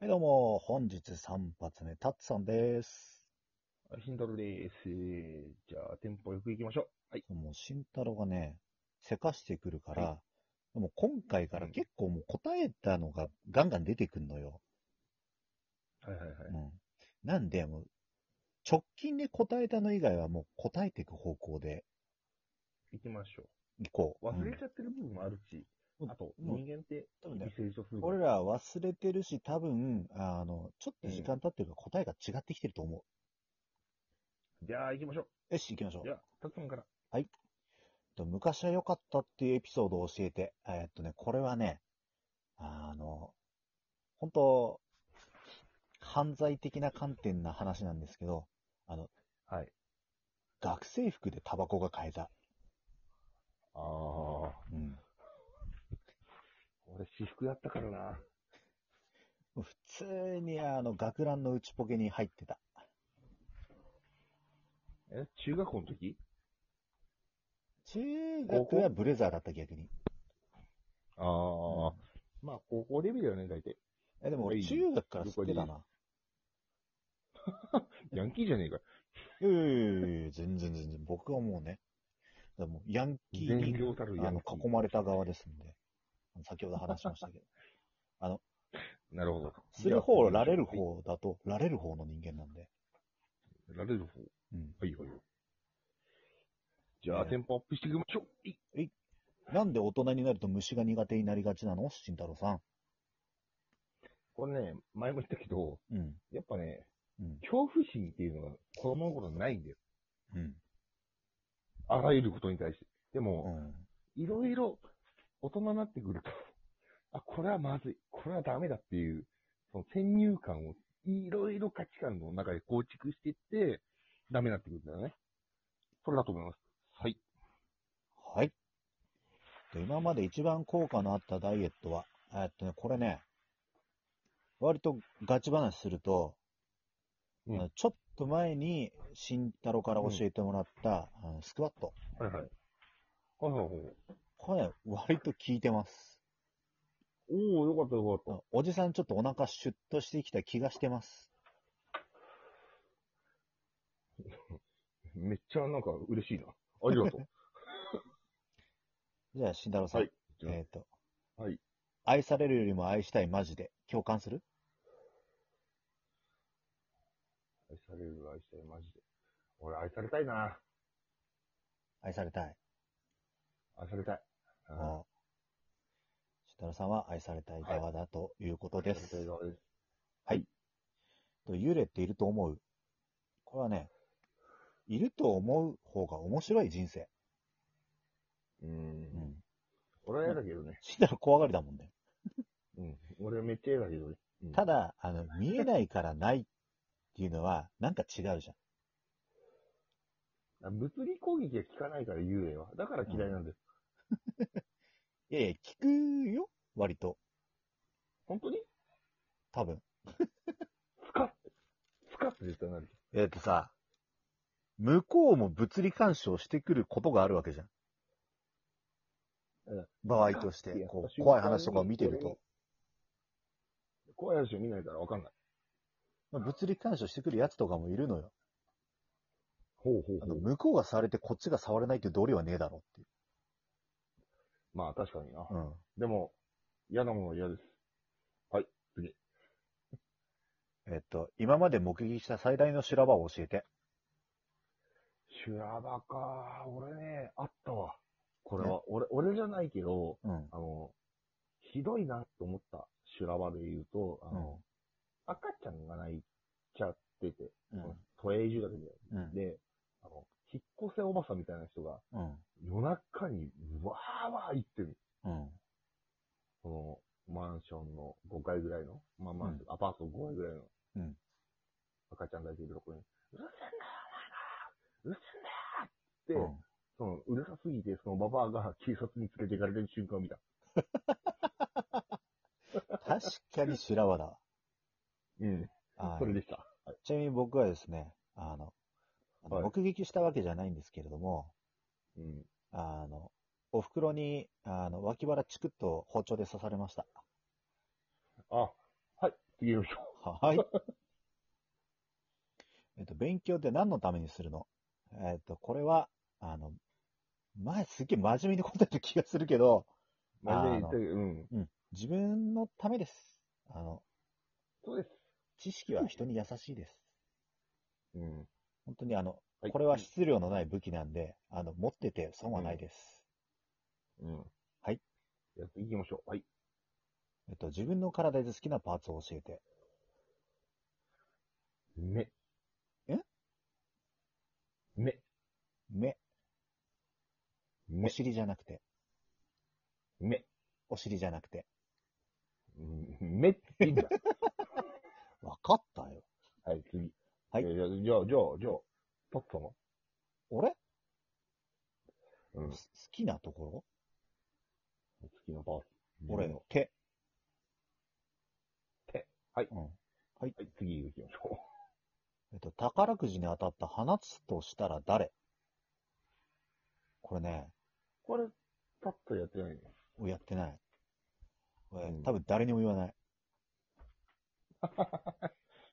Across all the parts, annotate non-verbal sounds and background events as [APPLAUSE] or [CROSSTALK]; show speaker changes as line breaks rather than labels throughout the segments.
はい、どうも、本日3発目、タッツさんです。
はい、ヒントルです。えーじゃあ、テンポよく行きましょう。はい。
もう、慎太郎がね、せかしてくるから、
は
でも今回から
うん
結構もう答えたのがガンガン出てくんのよ。
はいはいはい。
うん。なんで、もう、直近で答えたの以外はもう答えていく方向で
行きましょ
いこ
う。
う。
忘
う
れ
ん
ちゃってる部分もあるし、
うん
あと、
もう
人間って
多分ね
日々成長するから
俺らは忘れてるし、多分、あの、ちょっと時間経ってるから答えが違ってきてると思う。
じゃあ、行きましょ
よし、行きましょう
う。じ。ゃあ、たくさんから。
えっと昔は良かったっていうエピソードを教えて、えっとね、これはね、あの、本当犯罪的な観点な話なんですけど、
はい。
学生服でタバコが買えた。
ああ。
うん。
俺、私服だったからな。
普通に、あの、学ランの内ポケに入ってた。
え、中学校の時
中
高
学
校
はブレザーだった逆に。
ああ、まあ、高校デビューだよね、大体。
え、でも俺
はい
中学から吸ってたな。
ヤンキーじゃねえか。
いやいやいやいや全然全然。僕はもうね、だからもうヤンキーに
善良たる
あ
ヤン
の
キー。
囲まれた側ですんで、先ほど話しましたけど。
なるほど。
する方、られる。方だと、られる方の人間なんで。
られる方。
うん。
はいはいはい。じゃあ、
ね
テンポアップしていきましょう。はい
なんで大人になると虫が苦手になりがちなの慎太郎さん。
これね、前も言ったけど、
うん。
やっぱね、
うん。
恐怖心っていうのが子供の頃ないんだよ。
うん。
あらゆることに対して。で
う
も、
ん。
いろいろ大人になってくると、あ、これはまずい、これはダメだっていう、その先入観を、いろいろ価値観の中で構築していって、ダメになってくるんだよね。それだと思います。はい。
はい。で今まで一番効果のあったダイエットは、えっとね、これね、割とガチ話すると、
うん
あのちょっと前に慎太郎から教えてもらった、あのスクワット。
はいはい。はいはいはい。
これね、割と効いてます。
おおよかったよか
あ
っ
おじさんちょっとお腹シュッとしてきた気がしてます。
た。めっちゃなんか嬉しいな。ありが [LAUGHS] とう。
じゃあ、慎太郎さん。
はいじゃあ
えっ、と。
はい。
愛されるよりも愛したい、マジで。共感する
愛される、愛したい、マジで。俺愛されたいな。
愛されたい。
愛されたい。うん
ああ慎太郎さんは愛されたい側だということです。と幽霊っていると思う。これはね、いると思う方が面白い人生。
う。
うんん。
俺は嫌だけどね。
慎太郎怖がりだもんね。
うん。俺めっちゃ嫌だけどね。うん
た、だ、あの、見えないからないっていうのは、なんか違うじゃん。
物理攻撃が効かないから幽霊は。だから嫌いなんです。
いやいや、聞くよ割と。
本当に
多分。
使って。使って絶対なる。
えっとさ、向こうも物理干渉してくることがあるわけじゃん。
うん
場合として
やっ、ぱ
こう
瞬間に
怖い話とかを見てると。。
怖い話を見ないからわかんない。
まあ物理干渉してくるやつとかもいるのよ。
ほうほう
あの向こうが触れてこっちが触れないっていう道理はねえだろってい
まあ確かにな。
う。うん。
でも、嫌なものは嫌です。
えっと、今まで目撃した最大の修羅場を教えて。
修羅場か。俺ね、あったわ。これは、俺、俺じゃないけど、
うん。
あの、ひどいなと思った修羅場で言うと、あの、赤ちゃんが泣いちゃってて、
うん
この都営住宅で。
うん。
で、あの、引っ越せおばさんみたいな人が、
うん。
夜中に、わーわー言ってる。
うん。
この、マンションの5階ぐらいの、まあ、マンション、アパートの5階ぐらいの、
うん
赤ちゃん抱いてるとこに、うるせえんだよ、お前らうるせえん
う
だよって、
ん
その、うるさすぎて、そのババアが警察に連れて行かれてる瞬間を見た。
確かに修羅場だわ。
うん。
あ
[LAUGHS] それでした。はい。
ちなみに僕はですね、あの、あの
はい
目撃したわけじゃないんですけれども、
うん。
あの、お袋に、あの、脇腹チクッと包丁で刺されました。
あ、はい、次の人。
はい。 [LAUGHS] えっと、勉強って何のためにするのえっと、これは、あの、前すげえ真面目に答えた気がするけど、
真面目に
あー
言ってる。うん。
うん、自分のためです。あの、
そうです。
知識は人に優しいです。
うん。
本当にあの、
はい
これは質量のない武器なんで、あの、持ってて損はないです。
うん。
はい。
やっていきましょう。はい。
えっと、自分の体で好きなパーツを教えて。
目。
え
目。
目、お
目。
尻じゃなくて、
目。
お尻じゃなくて。
うん目って
[LAUGHS]
言うんだ。
わかったよ。
はい、次。
はい
じゃあ、じゃあ、じゃあ、じゃあ、パッツ様。
俺、
うん。
す好きなとこ
好きなパーツ。
ろ俺
の。
手。
手。はい。
うん。
はい、次行きましょ
えっと、宝くじに当たった放つとしたら誰これね、
う。 [LAUGHS] これ、パッとやってないね。
俺やってない。俺
うん
多分誰にも言わない。
[LAUGHS]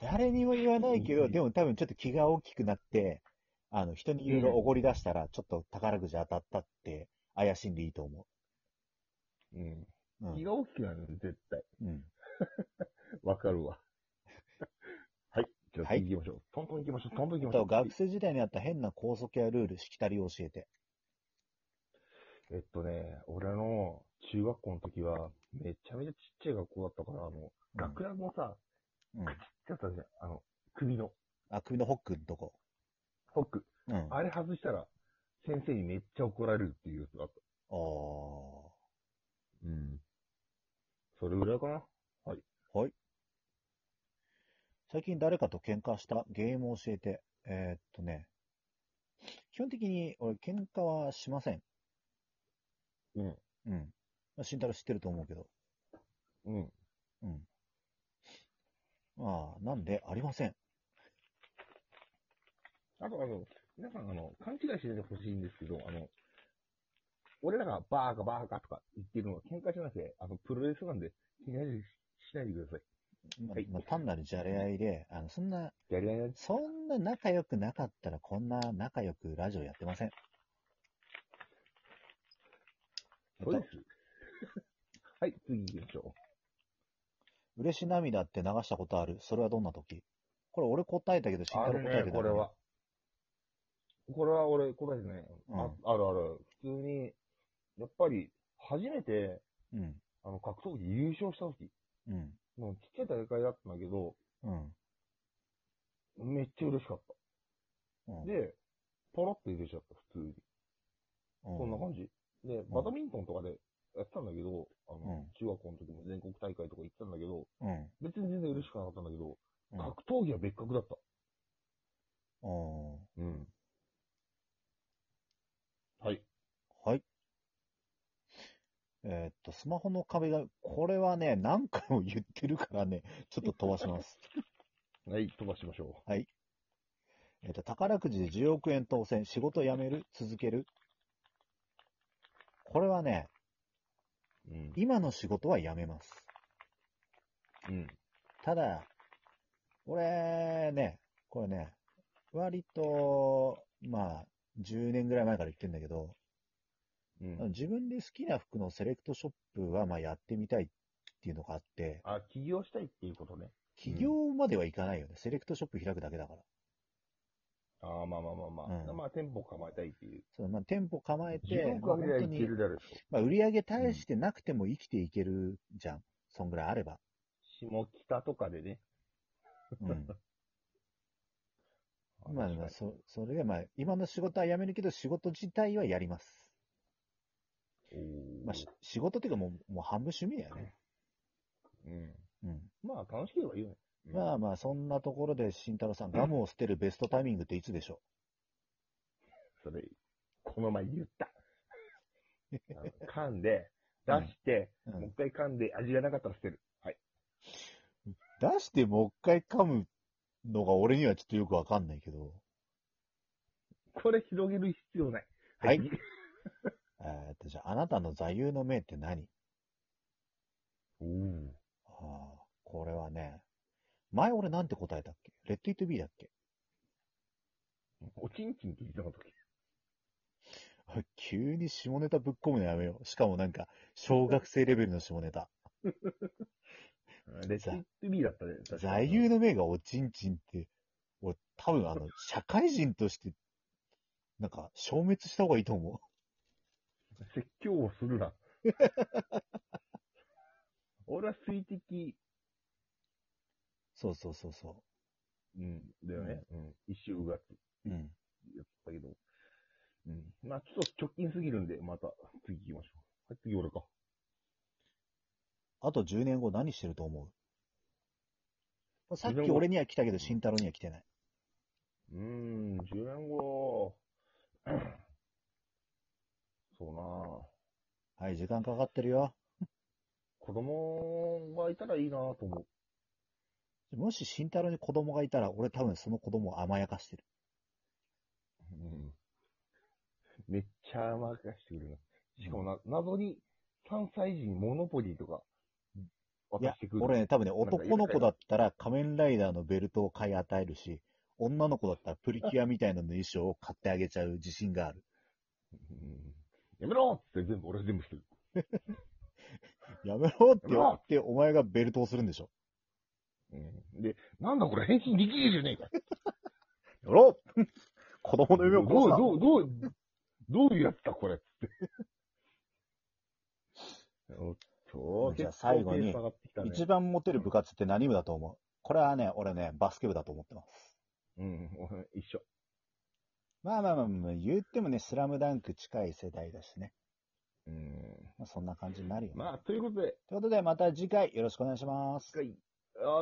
誰にも言わないけ
うん
ど、
うん
でも多分ちょっと気が大きくなって、あの、人にいろいろおごり出したら、ちょっと宝くじ当たったって怪しんでいいと思
うん。
う。うん
気。が大きくなるね、絶対。
うん、
わかるわ。 [LAUGHS] はい。じゃあ
はい
次行きましょう。トントン行きましょう。トントン
あ
行きましょ
と、
う。
学生時代にあった変な校則やルール、しきたりを教えて。
えっとね、俺の中学校の時は、めちゃめちゃちっちゃい学校だったから、あの、
うん
学ランのさ、
うん。
ちょっとね、あの、首の
あ、首のホックのとこ。
ホック。
うん。
あれ外したら、先生にめっちゃ怒られるっていうやつがあった。
おー。
うん。それぐらいかな。
最近誰かと喧嘩したゲームを教えて。えーっとね。基本的に俺喧嘩はしません。
うん。
うん。まあ慎太郎知ってると思うけど。
うん。
うん。まあ、なんでありません。
あと、あの、皆さん、あの、勘違いしないでほしいんですけど、あの、俺らがバーカバーカとか言ってるのは喧嘩じゃなくて、あの、プロレスなんで、気にしないでしないでください。
まあ
はい
まあ、単なるじゃれ合いで、あの、そんな、
やり合いなんです。
そんな仲良くなかったらこんな仲良くラジオやってません。えっ
そう
と
で、 [LAUGHS] す。はい、次行きましょ
嬉し涙って流したことあるそれはどんな時これ俺答えたけど、
う。
慎
あ
太郎
る
答えてた
ね、これは。これは俺、答えてね、
うん
ああるある。普通に、やっぱり、初めて、
うん。
あの、格闘技優勝した時、
うん。
もうちっちゃい大会だったんだけど、
うん。
めっちゃ嬉しかっ
うん
た。、で、ポロって入れちゃった、普通に。
こ
そんな感じ。で、バドミントンとかでやってたんだけど、あの、
うん
中学校の時も全国大会とか行ってたんだけど、
うん。
別に全然嬉しくなかったんだけど、
うん
格闘技は別格だった。
うん
うん。はい。
はい。えーっと、スマホの壁が、これはね、何回も言ってるからね、ちょっと飛ばします。
はい、飛ばしましょ
えーっと、宝くじで10億円当選、仕事辞める、続ける。これはね、
う。うん。
今の仕事は辞めます。
うん。
ただ、俺ね、これね、割と、まあ、10年ぐらい前から言ってんだけど、
うん。
自分で好きな服のセレクトショップはまあやってみたいっていうのがあって、
あ、起業したいっていうことね。
起業まではいかないよね。セレクトショップ開くだけだから。
ああ、まあまあまあまあ。
うん
まあ、店舗構えたいっていう。
そのまあ、店舗構え
自
て
分、
まあ、
か
本
け
当
りゃいけ
に、
るだろうと。
まあ、売り上げ大してなくても生きていけるじゃん。そんぐらいあれば。
下北とかでね。
うん。まあ、
確か
まあ
に
そ、それでまあ、今の仕事は辞めるけど、仕事自体はやります。
おー
まあ、し仕事っていうかもう、もう半分趣味だよね。
うん。
うん。
まあ、楽しければいいよね。うん
まあまあ、そんなところで、慎太郎さん、ガムを捨てるベストタイミングっていつでしょ
それ、この前
[LAUGHS]
言った。あの噛んで、出して、
う、うん
もう一回噛んで、味がなかったら捨てる。はい。
出してもう一回噛むのが俺にはちょっとよくわかんないけど、
これ広げる必要ない。
は。えーっと、じゃあ、あなたの座右の銘って何
おー
あーこれはね、前俺なんて答えたっけレッド・イット・ビーだっけ [LAUGHS]
おちんちんって言ってなかったっけ
おい急に下ネタぶっ込むのやめよう。しかもなんか、小学生レベルの下ネタ。
レッドイットビーだったね。確か
座右の銘がおちんちんって、俺多分あの、社会人として、なんか、消滅した方がいいと思う。
説教をするな。 [LAUGHS] 俺は水滴、
そうそうそうそ
うん、だよね。うん。一周がって
う。うん。
やったけど。うん。まあちょっと直近すぎるんで、また次行きましょう。はい、次俺か。
あと10年後何してると思うさっき俺には来たけど、慎太郎には来てない。
うーん、10年後。 [COUGHS] そうなぁ。
はい、時間かかってるよ。
子供がいたらいいなぁと思う。
もし慎太郎に子供がいたら、俺多分その子供を甘やかしてる。
うん。めっちゃ甘やかしてくるな。しかもな、謎に3歳児にモノポリーとか
い
渡
や
してくる。、
俺ね、多分ね、
なんか
男の子だったら仮面ライダーのベルトを買い与えるし、女の子だったらプリキュアみたいなの衣装を買ってあげちゃう自信がある。
うんやめろっつって全部俺全部してる。
やめろって
やめ
言
ろ
って、お前がベルトをするんでしょ。
うん、で、なんだこれ返信できねえじゃねえか。
やめろ [LAUGHS] 子供の夢
ど
を殺す
う、
な
どう、どう、どういうやつだこれっつって。 [LAUGHS] おっと、
じゃあ最後に
結構テンション上がってきたね
一番モテる部活って何部だと思うこれはね、俺ね、バスケ部だと思ってます。
うん、俺一緒。
まあまあまあまあ、言ってもね、スラムダンク近い世代だしね。
うん。
まあ、そんな感じになるよね。
まあ、ということで、
ということで、また次回よろしくお願いします。
はい。